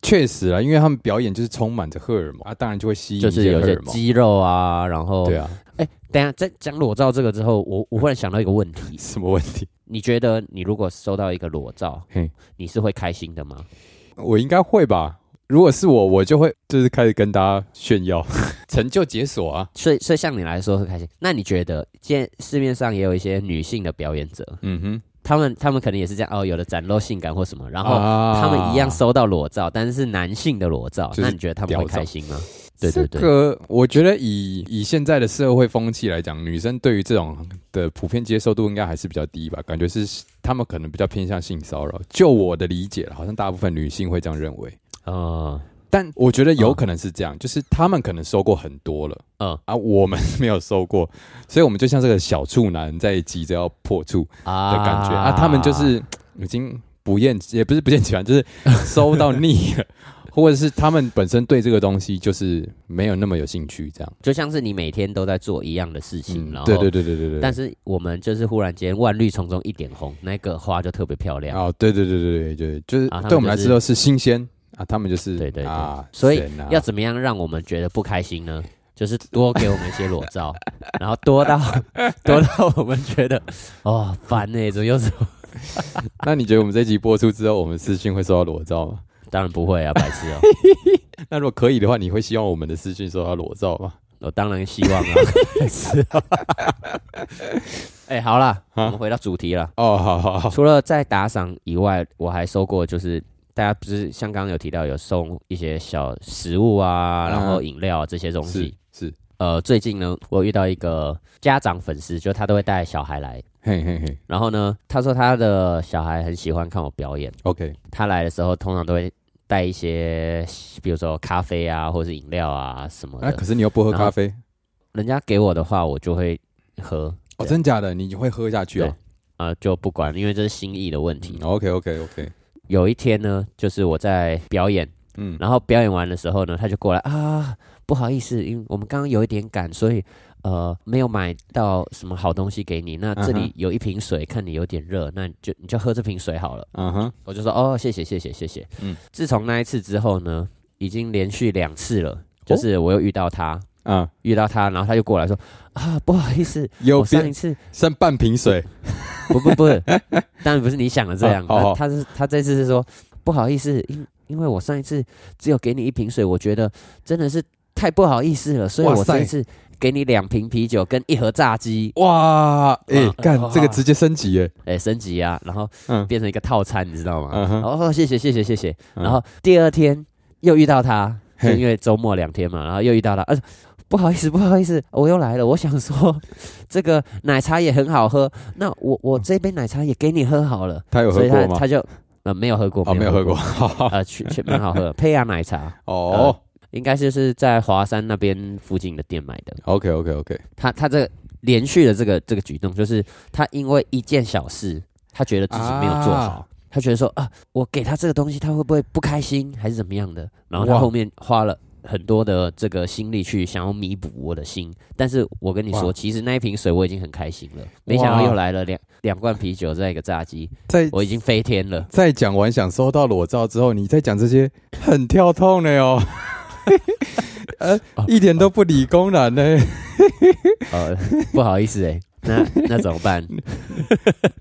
[SPEAKER 2] 确实啊，因为他们表演就是充满着荷尔蒙啊，当然就会吸引
[SPEAKER 1] 就
[SPEAKER 2] 一
[SPEAKER 1] 是
[SPEAKER 2] 些
[SPEAKER 1] 有
[SPEAKER 2] 荷
[SPEAKER 1] 些
[SPEAKER 2] 尔蒙。
[SPEAKER 1] 肌肉啊，然后
[SPEAKER 2] 对啊，
[SPEAKER 1] 等一下在讲裸照这个之后，我我忽然想到一个问 题，
[SPEAKER 2] 什么问题？
[SPEAKER 1] 你觉得你如果收到一个裸照
[SPEAKER 2] 嘿，
[SPEAKER 1] 你是会开心的吗？
[SPEAKER 2] 我应该会吧。如果是我，我就会就是开始跟大家炫耀 成就解锁啊。
[SPEAKER 1] 所以，所以像你来说会开心。那你觉得，现在市面上也有一些女性的表演者，
[SPEAKER 2] 嗯哼，
[SPEAKER 1] 他们他们可能也是这样哦，有的展露性感或什么，然后
[SPEAKER 2] 啊
[SPEAKER 1] 他们一样收到裸照，但是是男性的裸照，
[SPEAKER 2] 就是
[SPEAKER 1] 那你觉得他们会
[SPEAKER 2] 屌照
[SPEAKER 1] 开心吗？对对对
[SPEAKER 2] 这个我觉得以以现在的社会风气来讲，女生对于这种的普遍接受度应该还是比较低吧？感觉是他们可能比较偏向性骚扰。就我的理解啦，好像大部分女性会这样认为。
[SPEAKER 1] 哦，
[SPEAKER 2] 但我觉得有可能是这样，就是他们可能收过很多了，
[SPEAKER 1] 嗯
[SPEAKER 2] 啊，我们没有收过，所以我们就像这个小处男在急着要破处
[SPEAKER 1] 啊
[SPEAKER 2] 的感觉啊他们就是已经不厌，也不是不厌其烦，就是收到腻了， 或者是他们本身对这个东西就是没有那么有兴趣，这样。嗯
[SPEAKER 1] 就像是你每天都在做一样的事情，然后
[SPEAKER 2] 对对对对对对，
[SPEAKER 1] 但是我们就是忽然间万绿丛中一点红，那个花就特别漂亮。
[SPEAKER 2] 哦，对对对对对对，就是
[SPEAKER 1] 哎啊他们
[SPEAKER 2] 对我们来
[SPEAKER 1] 就是
[SPEAKER 2] 说是新鲜啊，他们就是
[SPEAKER 1] 对对对
[SPEAKER 2] 啊，
[SPEAKER 1] 所以
[SPEAKER 2] 神啊
[SPEAKER 1] 要怎么样让我们觉得不开心呢？就是多给我们一些裸照， 然后多到 多到我们觉得哦烦呢、怎么又是？
[SPEAKER 2] 那你觉得我们这集播出之后，我们私信会收到裸照吗？
[SPEAKER 1] 当然不会啊，白痴哦、
[SPEAKER 2] 那如果可以的话，你会希望我们的私讯收到裸照吗？
[SPEAKER 1] 我当然希望啊， 白痴哦、 哎、好啦，我们回到主题了。
[SPEAKER 2] 哦，好好好，
[SPEAKER 1] 除了在打赏以外，我还收过就是。大家不是像刚刚有提到有送一些小食物啊，
[SPEAKER 2] 嗯
[SPEAKER 1] 然后饮料、啊、这些东西
[SPEAKER 2] 是。是，
[SPEAKER 1] 呃，最近呢，我遇到一个家长粉丝，就他都会带小孩来，
[SPEAKER 2] 嘿嘿嘿
[SPEAKER 1] 然后呢，他说他的小孩很喜欢看我表演，
[SPEAKER 2] ，OK，
[SPEAKER 1] 他来的时候通常都会带一些，比如说咖啡啊，或是饮料啊什么的。
[SPEAKER 2] 那、可是你又不喝咖啡
[SPEAKER 1] 人家给我的话，我就会喝
[SPEAKER 2] 哦，
[SPEAKER 1] 对
[SPEAKER 2] 真假的？你会喝下去嗯
[SPEAKER 1] 对
[SPEAKER 2] 哦？
[SPEAKER 1] 呃，就不管，因为这是心意的问题。
[SPEAKER 2] OK OK OK，
[SPEAKER 1] 有一天呢，就是我在表演，
[SPEAKER 2] 嗯，
[SPEAKER 1] 然后表演完的时候呢，他就过来啊，不好意思，因为我们刚刚有一点赶，所以呃没有买到什么好东西给你。那这
[SPEAKER 2] 嗯哼
[SPEAKER 1] 里有一瓶水，看你有点热，那你就你就喝这瓶水好了。
[SPEAKER 2] 嗯哼，
[SPEAKER 1] 我就说哦，谢谢谢谢谢谢。
[SPEAKER 2] 嗯
[SPEAKER 1] 嗯，自从那一次之后呢，已经连续两次
[SPEAKER 2] 哦
[SPEAKER 1] 了，就是我又遇到他，
[SPEAKER 2] 啊，
[SPEAKER 1] 遇到他，然后他就过来说啊，不好意思，
[SPEAKER 2] 有
[SPEAKER 1] 我上一
[SPEAKER 2] 变
[SPEAKER 1] 次
[SPEAKER 2] 剩半瓶水，
[SPEAKER 1] 不不 不，当然不是你想的这样，
[SPEAKER 2] 哦哦哦
[SPEAKER 1] 他他是他这次是说不好意思，因因为我上一次只有给你一瓶水，我觉得真的是太不好意思了，所以
[SPEAKER 2] 哇
[SPEAKER 1] 我
[SPEAKER 2] 塞
[SPEAKER 1] 这一次给你两瓶啤酒跟一盒炸鸡，
[SPEAKER 2] 哇，哎
[SPEAKER 1] 啊，
[SPEAKER 2] 干
[SPEAKER 1] 哇
[SPEAKER 2] 这个直接升级耶，
[SPEAKER 1] 哎、升级啊，然后
[SPEAKER 2] 嗯
[SPEAKER 1] 变成一个套餐，你知道吗？
[SPEAKER 2] 嗯哼
[SPEAKER 1] 然后哦，谢谢谢谢谢谢，
[SPEAKER 2] 嗯
[SPEAKER 1] 然后第二天又遇到他，就
[SPEAKER 2] 嘿
[SPEAKER 1] 因为周末两天嘛，然后又遇到他，呃，不好意思不好意思，我又来了，我想说 这个奶茶也很好喝，那我我这杯奶茶也给你喝好了，
[SPEAKER 2] 他有
[SPEAKER 1] 所
[SPEAKER 2] 喝
[SPEAKER 1] 以他
[SPEAKER 2] 过吗？
[SPEAKER 1] 他就呃没有喝过，啊
[SPEAKER 2] 哦，没有喝过，，
[SPEAKER 1] 呃，去去蛮好喝的，胚芽奶茶。
[SPEAKER 2] 哦
[SPEAKER 1] 应该就是在华山那边附近的店买的。
[SPEAKER 2] ，OK OK OK，
[SPEAKER 1] 他他这个连续的这个这个举动，就是他因为一件小事，他觉得自己没有做好，
[SPEAKER 2] 啊
[SPEAKER 1] 他觉得说啊，我给他这个东西，他会不会不开心，还是怎么样的？然后他
[SPEAKER 2] 哇
[SPEAKER 1] 后面花了。很多的这个心力去想要弥补我的心，但是我跟你说，
[SPEAKER 2] 哇
[SPEAKER 1] 其实那一瓶水我已经很开心了，没想到
[SPEAKER 2] 哇
[SPEAKER 1] 又来了两两罐啤酒，再一个炸鸡，
[SPEAKER 2] 在
[SPEAKER 1] 我已经飞天了。
[SPEAKER 2] 在讲完想收到裸照之后，你再讲这些很跳痛的哦。 呃，一点都不理工男呢。
[SPEAKER 1] 呃，不好意思哎、那那怎么办？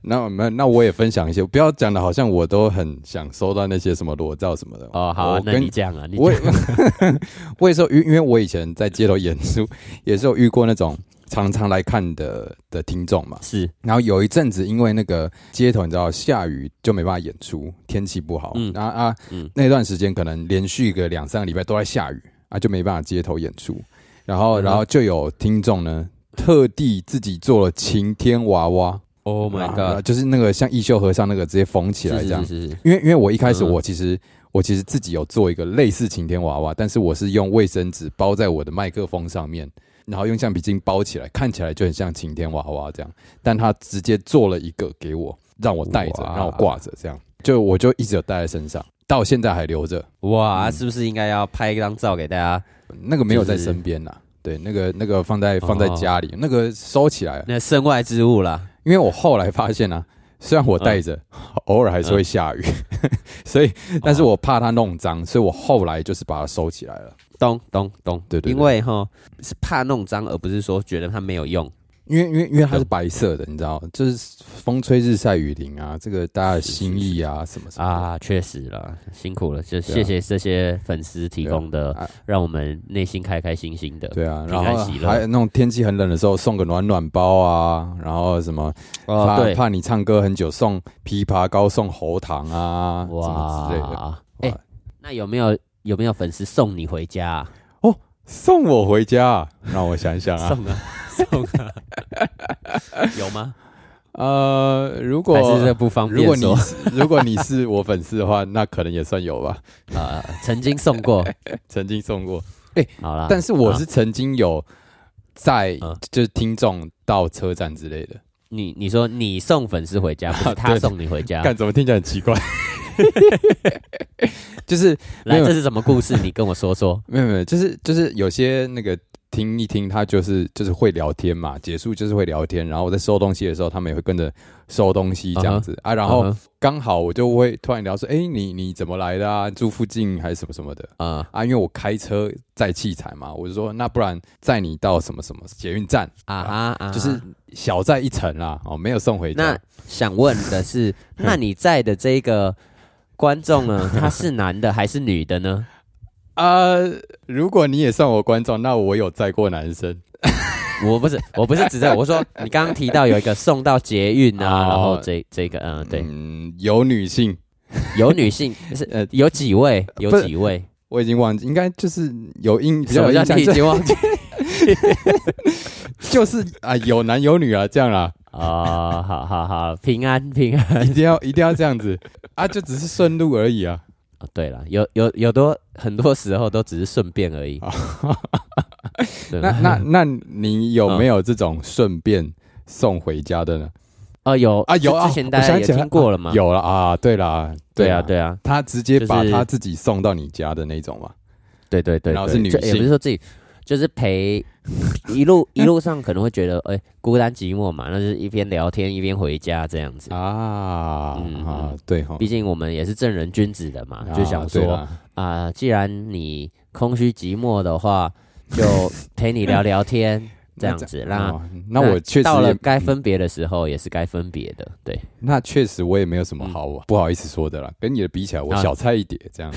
[SPEAKER 2] 那我们那我也分享一些，不要讲的好像我都很想收到那些什么裸照什么的。
[SPEAKER 1] 哦，好、啊
[SPEAKER 2] 我，
[SPEAKER 1] 那
[SPEAKER 2] 跟
[SPEAKER 1] 你讲啊，你
[SPEAKER 2] 我
[SPEAKER 1] 讲
[SPEAKER 2] 也 我也是有遇，因为我以前在街头演出，也是有遇过那种常常来看的的听众嘛。
[SPEAKER 1] 是
[SPEAKER 2] 然后有一阵子，因为那个街头你知道下雨就没办法演出，天气不好，
[SPEAKER 1] 嗯
[SPEAKER 2] 然后啊，
[SPEAKER 1] 嗯
[SPEAKER 2] 那段时间可能连续个两三个礼拜都在下雨啊，就没办法街头演出。然后，
[SPEAKER 1] 嗯
[SPEAKER 2] 然后就有听众呢，特地自己做了晴天娃娃
[SPEAKER 1] ，Oh my
[SPEAKER 2] 然后
[SPEAKER 1] God，
[SPEAKER 2] 就是那个像一休和尚那个直接缝起
[SPEAKER 1] 是
[SPEAKER 2] 来
[SPEAKER 1] 是
[SPEAKER 2] 这样
[SPEAKER 1] 是。是是，
[SPEAKER 2] 因为因为我一开始
[SPEAKER 1] 嗯
[SPEAKER 2] 我其实、我其实自己有做一个类似晴天娃娃，但是我是用卫生纸包在我的麦克风上面，然后用橡皮筋包起来，看起来就很像晴天娃娃这样。但他直接做了一个给我，让我带着，
[SPEAKER 1] 哇
[SPEAKER 2] 让我挂着，这样就我就一直有带在身上，到现在还留着。
[SPEAKER 1] 哇，
[SPEAKER 2] 嗯
[SPEAKER 1] 是不是应该要拍一张照给大家？
[SPEAKER 2] 那个没有在
[SPEAKER 1] 就是
[SPEAKER 2] 身边啦，对，那个那个放在
[SPEAKER 1] 哦
[SPEAKER 2] 放在家里，那个收起来了，
[SPEAKER 1] 那身外之物啦，
[SPEAKER 2] 因为我后来发现啊， 虽然我带着，
[SPEAKER 1] 嗯
[SPEAKER 2] 偶尔还是会下雨， 所以
[SPEAKER 1] 哦
[SPEAKER 2] 但是我怕它弄脏，所以我后来就是把它收起来了。
[SPEAKER 1] 咚咚咚，
[SPEAKER 2] 对对对
[SPEAKER 1] 因为哈是怕弄脏，而不是说觉得它没有用。
[SPEAKER 2] 因为因为因为它是白色的，你知道，就是风吹日晒雨淋啊，这个大家的心意啊，什么什么的
[SPEAKER 1] 啊，确实了，辛苦了，就
[SPEAKER 2] 对啊
[SPEAKER 1] 谢谢这些粉丝提供的，
[SPEAKER 2] 啊
[SPEAKER 1] 让我们内心开开心心的。
[SPEAKER 2] 对啊，
[SPEAKER 1] 平
[SPEAKER 2] 然
[SPEAKER 1] 安
[SPEAKER 2] 后
[SPEAKER 1] 喜乐
[SPEAKER 2] 还有那种天气很冷的时候送个暖暖包啊，然后什么
[SPEAKER 1] 哦，
[SPEAKER 2] 怕
[SPEAKER 1] 对，
[SPEAKER 2] 怕你唱歌很久送枇杷膏送喉糖啊，什么之类的，
[SPEAKER 1] 哇，哎
[SPEAKER 2] 哇，
[SPEAKER 1] 那有没有有没有粉丝送你回家啊？
[SPEAKER 2] 送我回家啊，让我想想啊，
[SPEAKER 1] 送啊，送 啊，有吗？
[SPEAKER 2] 呃，如果
[SPEAKER 1] 还是这不方
[SPEAKER 2] 如果
[SPEAKER 1] 便
[SPEAKER 2] 你
[SPEAKER 1] 说？
[SPEAKER 2] 是 如果你是我粉丝的话，那可能也算有吧，
[SPEAKER 1] 啊，曾经送过，
[SPEAKER 2] 曾经送过。
[SPEAKER 1] 好啦，
[SPEAKER 2] 但是我是曾经有在
[SPEAKER 1] 啊
[SPEAKER 2] 就是听众到车站之类的，
[SPEAKER 1] 你你说你送粉丝回 家，不是他
[SPEAKER 2] 对
[SPEAKER 1] 送你回家，
[SPEAKER 2] 干怎么听起来很奇怪？ 就是没
[SPEAKER 1] 来，
[SPEAKER 2] 有
[SPEAKER 1] 这是什么故事？你跟我说说。
[SPEAKER 2] 没有没有，就是就是有些那个听一听，他就是就是会聊天嘛，结束就是会聊天，然后我在收东西的时候，他们也会跟着收东西这样子啊， 然后
[SPEAKER 1] 嗯
[SPEAKER 2] 刚好我就会突然聊说，哎、你你怎么来的啊？住附近还是什么什么的？
[SPEAKER 1] 啊
[SPEAKER 2] 啊，因为我开车载器材嘛，我就说那不然载你到什么什么捷运站，
[SPEAKER 1] 啊哈啊哈，
[SPEAKER 2] 就是小载一程啦，哦，没有送回家
[SPEAKER 1] 那。想问的 是，那你在的这个观众呢， 他是男的还是女的呢？
[SPEAKER 2] 呃，如果你也算我观众，那我有载过男生，
[SPEAKER 1] 我不是，我不是指的，我说你刚刚提到有一个送到捷运啊，
[SPEAKER 2] 哦
[SPEAKER 1] 然后这这个嗯，对，
[SPEAKER 2] 嗯，有女性，
[SPEAKER 1] 有女性是
[SPEAKER 2] 呃
[SPEAKER 1] 有几位，有
[SPEAKER 2] 不是
[SPEAKER 1] 几位？
[SPEAKER 2] 我已经忘记，应该就是有印，比
[SPEAKER 1] 什
[SPEAKER 2] 较
[SPEAKER 1] 么
[SPEAKER 2] 有
[SPEAKER 1] 叫
[SPEAKER 2] 印象
[SPEAKER 1] 你已
[SPEAKER 2] 就
[SPEAKER 1] 经忘记
[SPEAKER 2] 就是啊、有男有女啊，这 样啦，
[SPEAKER 1] 啊？好好好，平安平安。
[SPEAKER 2] 一定要一定要这样子啊，就只是顺路而已啊，
[SPEAKER 1] 哦对了，有有有多很多时候都只是顺便而已。对嗯
[SPEAKER 2] 那那那你有没有这种顺便送回家的呢？
[SPEAKER 1] 呃，有
[SPEAKER 2] 啊，有
[SPEAKER 1] 之
[SPEAKER 2] 啊，
[SPEAKER 1] 之前
[SPEAKER 2] 我
[SPEAKER 1] 大家
[SPEAKER 2] 想
[SPEAKER 1] 也
[SPEAKER 2] 起来
[SPEAKER 1] 听过了嘛？，
[SPEAKER 2] 有了啊，对啦，
[SPEAKER 1] 对啊，
[SPEAKER 2] 啦，
[SPEAKER 1] 对啊，
[SPEAKER 2] 他直接把
[SPEAKER 1] 就是
[SPEAKER 2] 他自己送到你家的那种嘛，
[SPEAKER 1] 对对对，
[SPEAKER 2] 然后
[SPEAKER 1] 对
[SPEAKER 2] 是女
[SPEAKER 1] 就也不
[SPEAKER 2] 性
[SPEAKER 1] 是说自己，就是陪一路一路上可能会觉得哎、孤单寂寞嘛，那就是一边聊天一边回家这样
[SPEAKER 2] 哦
[SPEAKER 1] 子。
[SPEAKER 2] 啊
[SPEAKER 1] 嗯
[SPEAKER 2] 啊
[SPEAKER 1] 嗯，
[SPEAKER 2] 对哈，
[SPEAKER 1] 毕竟我们也是正人君子的嘛，
[SPEAKER 2] 啊
[SPEAKER 1] 就想
[SPEAKER 2] 对
[SPEAKER 1] 说
[SPEAKER 2] 啦
[SPEAKER 1] 啊、既然你空虚寂寞的话，就陪你聊聊 天这样子。那
[SPEAKER 2] 哦那我确实
[SPEAKER 1] 到了
[SPEAKER 2] 也，嗯
[SPEAKER 1] 该分别的时候，也是该分别的。对，
[SPEAKER 2] 那确实我也没有什么好不好意思说的啦，跟你的比起来，我
[SPEAKER 1] 嗯啊
[SPEAKER 2] 小菜一碟这 样，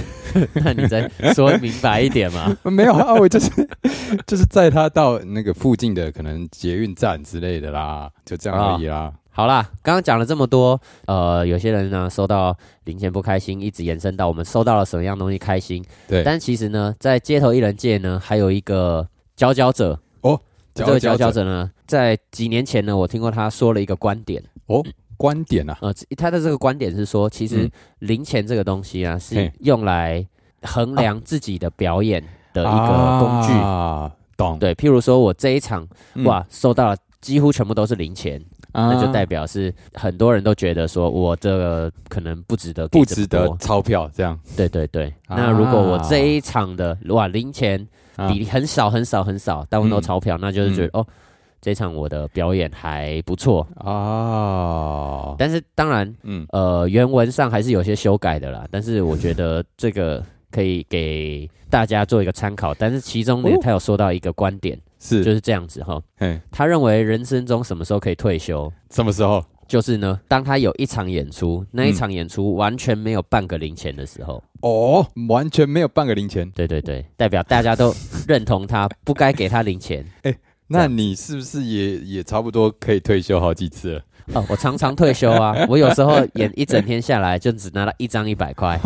[SPEAKER 1] 那你再说明白一点嘛。
[SPEAKER 2] 没有啊，我就是 就是载他到那个附近的可能捷运站之类的啦，就这样而已啦。
[SPEAKER 1] 好啦，刚刚讲了这么多，呃，有些人呢收到零钱不开心，一直延伸到我们收到了什么样东西开心。
[SPEAKER 2] 对，
[SPEAKER 1] 但其实呢，在街头艺人界呢，还有一个佼佼者。这位佼佼者呢，在几年前呢，我听过他说了一个观点，
[SPEAKER 2] 观点啊，
[SPEAKER 1] 呃，他的这个观点是说，其实
[SPEAKER 2] 嗯
[SPEAKER 1] 零钱这个东西啊，是
[SPEAKER 2] 嘿
[SPEAKER 1] 用来衡量自己的表演的一个工具。
[SPEAKER 2] 啊，懂？
[SPEAKER 1] 对，譬如说我这一场
[SPEAKER 2] 嗯，
[SPEAKER 1] 哇，收到了几乎全部都是零钱，那就代
[SPEAKER 2] 表
[SPEAKER 1] 表是很多人都觉得说我这个可能不值得，
[SPEAKER 2] 不值得。钞票这样。
[SPEAKER 1] 对对对。
[SPEAKER 2] 啊
[SPEAKER 1] 那如果我这一场的哇零钱
[SPEAKER 2] 啊
[SPEAKER 1] 比例很少很少很少，大部分都
[SPEAKER 2] 嗯
[SPEAKER 1] 钞票，那就是觉得哦，这一场我的表演还不错。
[SPEAKER 2] 啊，
[SPEAKER 1] 但是当然，
[SPEAKER 2] 嗯，
[SPEAKER 1] 呃，原文上还是有些修改的啦。但是我觉得这个可以给大家做一个参考。但是其中呢
[SPEAKER 2] 哦，，
[SPEAKER 1] 他有说到一个观点，就是是这样子哈。
[SPEAKER 2] 嘿，
[SPEAKER 1] 他认为人生中什么时候可以退休？
[SPEAKER 2] 什么时候？
[SPEAKER 1] 就是呢，当他有一场演出，那一
[SPEAKER 2] 嗯
[SPEAKER 1] 场演出完全没有半个零钱的时候，
[SPEAKER 2] 哦，完全没有半个零钱。
[SPEAKER 1] 对对对，代表大家都认同他，不该给他零 钱。
[SPEAKER 2] 那你是不是也也差不多可以退休好几次了？
[SPEAKER 1] 哦，我常常退休啊，我有时候演一整天下来，就只拿了一张一百 块，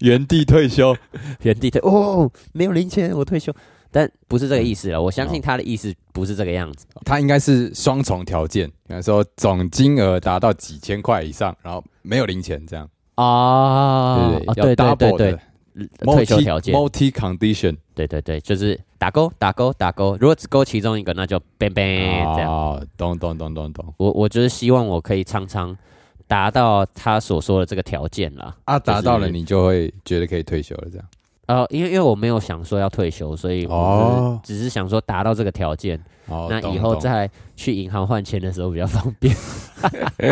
[SPEAKER 2] 原地退休？
[SPEAKER 1] 原地退哦，没有零钱，我退休。但不是这个意思了，我相信他的意思不是这个样子。
[SPEAKER 2] 他应该是双重条件，比方说总金额达到几千块以上，然后没有零钱这样，
[SPEAKER 1] 哦，
[SPEAKER 2] 对
[SPEAKER 1] 哦
[SPEAKER 2] 不对？
[SPEAKER 1] 对
[SPEAKER 2] 要
[SPEAKER 1] 对
[SPEAKER 2] double
[SPEAKER 1] 对
[SPEAKER 2] 的
[SPEAKER 1] 对，退休
[SPEAKER 2] multi-
[SPEAKER 1] 条件，
[SPEAKER 2] multi condition
[SPEAKER 1] 对对对，就是打勾打勾打勾，如果只勾其中一个，那就 bang bang 哎这样。
[SPEAKER 2] 啊，懂懂懂懂懂
[SPEAKER 1] 我我就是希望我可以常常达到他所说的这个条件啦。
[SPEAKER 2] 啊，达到了
[SPEAKER 1] 就是
[SPEAKER 2] 你就会觉得可以退休了这样
[SPEAKER 1] 呃，因为因为我没有想说要退休，所以我
[SPEAKER 2] 哦
[SPEAKER 1] 就是只是想说达到这个条件，
[SPEAKER 2] 哦，
[SPEAKER 1] 那
[SPEAKER 2] 懂
[SPEAKER 1] 以后
[SPEAKER 2] 懂
[SPEAKER 1] 再去银行换钱的时候比较方便。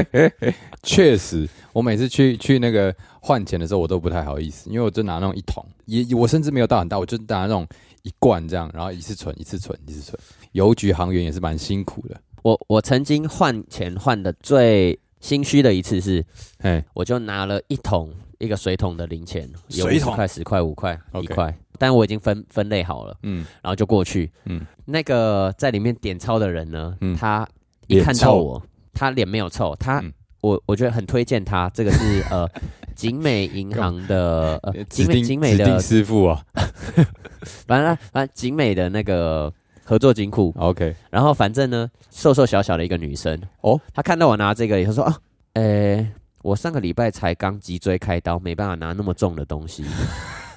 [SPEAKER 2] 确实，我每次去去那个换钱的时候，我都不太好意思，因为我就拿那种一桶，也我甚至没有到很大，我就拿那种一罐这样，然后一次存一次存一次存。邮局行员也是蛮辛苦的，
[SPEAKER 1] 我我曾经换钱换的最心虚的一次是，
[SPEAKER 2] 哎，
[SPEAKER 1] 我就拿了一桶一个水桶的零钱，有
[SPEAKER 2] 水
[SPEAKER 1] 五
[SPEAKER 2] 桶
[SPEAKER 1] 块、十块、五块、一
[SPEAKER 2] OK
[SPEAKER 1] 块，但我已经分分类好了，
[SPEAKER 2] 嗯，
[SPEAKER 1] 然后就过去。嗯
[SPEAKER 2] 嗯，
[SPEAKER 1] 那个在里面点钞的人呢，
[SPEAKER 2] 嗯
[SPEAKER 1] 他一
[SPEAKER 2] 脸
[SPEAKER 1] 看到
[SPEAKER 2] 臭
[SPEAKER 1] 我，他脸没有臭，他、
[SPEAKER 2] 嗯
[SPEAKER 1] 我我觉得很推荐他，这个 是呃景美银行的呃
[SPEAKER 2] 嗯指
[SPEAKER 1] 景美
[SPEAKER 2] 定
[SPEAKER 1] 景美
[SPEAKER 2] 指定
[SPEAKER 1] 的，
[SPEAKER 2] 师傅啊
[SPEAKER 1] 反正反正景美的那个合作金库，
[SPEAKER 2] ，OK，
[SPEAKER 1] 然后反正呢瘦瘦小小的一个女生哦
[SPEAKER 2] 哦，
[SPEAKER 1] 她看到我拿这个，她说啊，呃，我上个礼拜才刚脊椎开刀，没办法拿那么重的东 西。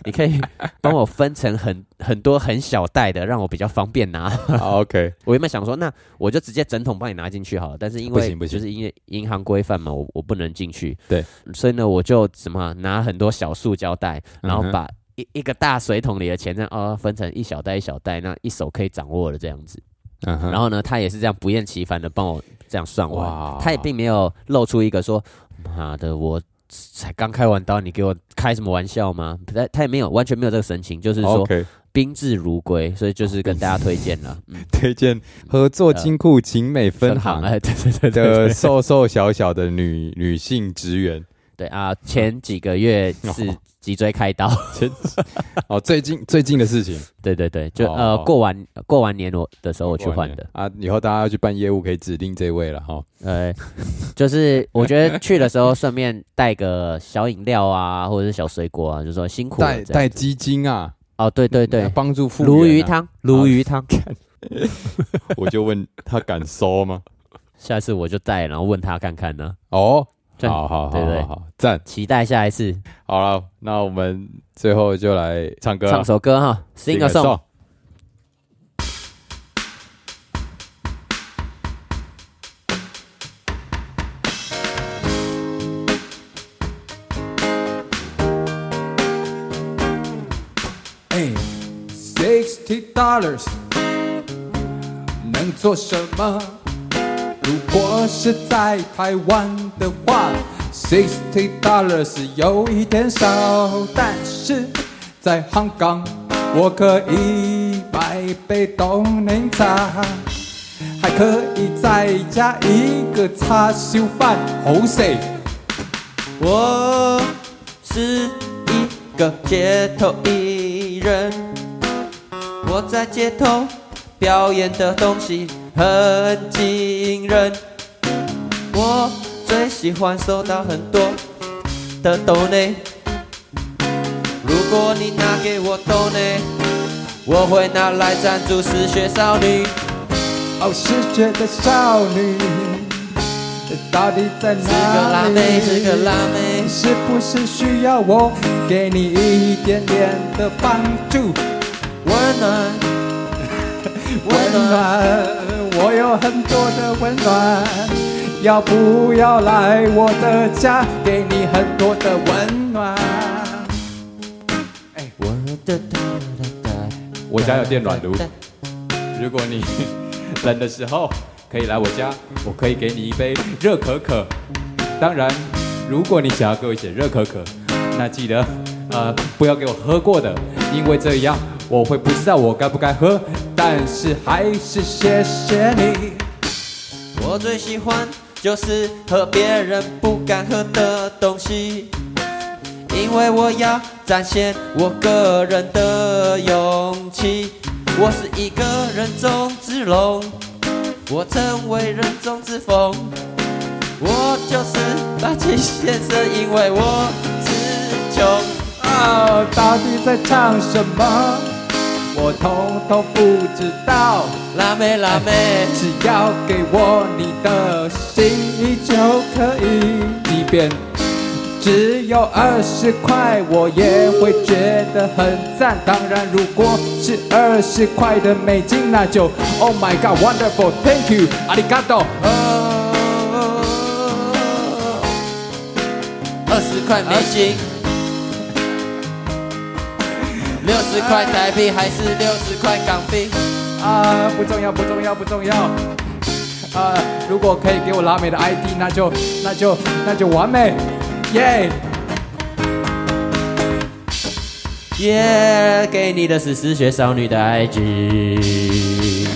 [SPEAKER 1] 你可以帮我分成很很多很小袋的，让我比较方便拿。
[SPEAKER 2] 好 啊 OK，
[SPEAKER 1] 我原本想说，那我就直接整桶帮你拿进去好了，但是因为
[SPEAKER 2] 不行不行
[SPEAKER 1] 就是因为银行规范嘛，我我不能进去，
[SPEAKER 2] 对，
[SPEAKER 1] 所以呢，我就什么拿很多小塑胶袋，然后
[SPEAKER 2] 嗯哼
[SPEAKER 1] 把一、一个大水桶里的钱这样哦分成一小袋一小袋，那一手可以掌握的这样子。
[SPEAKER 2] 嗯哼，
[SPEAKER 1] 然后呢，他也是这样不厌其烦的帮我这样算完，
[SPEAKER 2] 哇
[SPEAKER 1] 他也并没有露出一个说妈的我。才刚开完刀，你给我开什么玩笑吗？他他也没有完全没有这个神情，就是说
[SPEAKER 2] 哦 OK，
[SPEAKER 1] 宾至如归，所以就是跟大家推荐了。嗯，
[SPEAKER 2] 推荐合作金库景美分行
[SPEAKER 1] 哎，对对对对
[SPEAKER 2] 的瘦瘦小小的女女性职员，
[SPEAKER 1] 对啊，前几个 月是脊椎开刀，
[SPEAKER 2] 前哦，最近最近的事情。
[SPEAKER 1] 对对对，就
[SPEAKER 2] 哦
[SPEAKER 1] 呃过完过完年我的时候我去
[SPEAKER 2] 过完
[SPEAKER 1] 换
[SPEAKER 2] 年
[SPEAKER 1] 的，
[SPEAKER 2] 啊！以后大家要去办业务，可以指定这位了哈。
[SPEAKER 1] 呃，就是我觉得去的时候顺便带个小饮料啊，或者是小水果啊，就说辛苦了
[SPEAKER 2] 带
[SPEAKER 1] 这样
[SPEAKER 2] 带鸡精啊，
[SPEAKER 1] 哦，对对对，
[SPEAKER 2] 帮助妇
[SPEAKER 1] 鲈鱼
[SPEAKER 2] 女。啊
[SPEAKER 1] 汤，鲈鱼汤，
[SPEAKER 2] 我就问他敢收吗？
[SPEAKER 1] 下次我就带，然后问他看看呢，
[SPEAKER 2] 哦，
[SPEAKER 1] 赞
[SPEAKER 2] 好好好
[SPEAKER 1] 对不对
[SPEAKER 2] 好好，赞。
[SPEAKER 1] 期待下一次
[SPEAKER 2] 好了，那我们最后就来唱歌啊
[SPEAKER 1] 唱
[SPEAKER 2] 了，
[SPEAKER 1] 首歌哈，sing a song。
[SPEAKER 2] song。
[SPEAKER 3] Sing a song.
[SPEAKER 2] Sixty dollars 能做什么？如果是在台湾的话，sixty dollars 有一点少，但是在香港我可以买杯冻柠茶，还可以再加一个叉烧饭，好食。
[SPEAKER 1] 我是一个街头艺人，我在街头表演的东西很惊人。我最喜欢收到很多的豆内，如果你拿给我豆内，我会拿来赞助失学少女。
[SPEAKER 2] 哦，失学的少女，到底在哪
[SPEAKER 1] 是个辣
[SPEAKER 2] 里？
[SPEAKER 1] 妹，是个辣妹。
[SPEAKER 2] 是不是需要我给你一点点的帮助？
[SPEAKER 1] 温暖，
[SPEAKER 2] 温暖，我有很多的温暖，要不要来我的家，给你很多的温暖？哎，
[SPEAKER 1] 我的哒哒哒。
[SPEAKER 2] 我家有电暖炉，如果你冷的时候可以来我家，我可以给你一杯热可可。当然，如果你想要给我写热可可，那记得呃不要给我喝过的，因为这样我会不知道我该不该喝。但是还是谢谢你。
[SPEAKER 1] 我最喜欢就是喝别人不敢喝的东西，因为我要展现我个人的勇气。我是一个人中之龙，我成为人中之凤。我就是霸气先生，因为我词穷。
[SPEAKER 2] 哦，到底在唱什么？我统统不知道。
[SPEAKER 1] 辣妹辣妹，
[SPEAKER 2] 只要给我你的心意就可以，即便只有二十块，我也会觉得很赞。当然，如果是二十块的美金，那就 Oh my God, wonderful, thank you, arigato。
[SPEAKER 1] 哦，二十块美金，六十块台币还是六十块港币？
[SPEAKER 2] 啊，不重要，不重要，不重要。啊，如果可以给我拉美的 ID，那就那就那就完美，耶、
[SPEAKER 1] 耶、给你的是失学少女的 IG。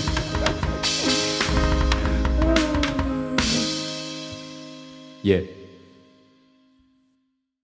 [SPEAKER 2] 耶。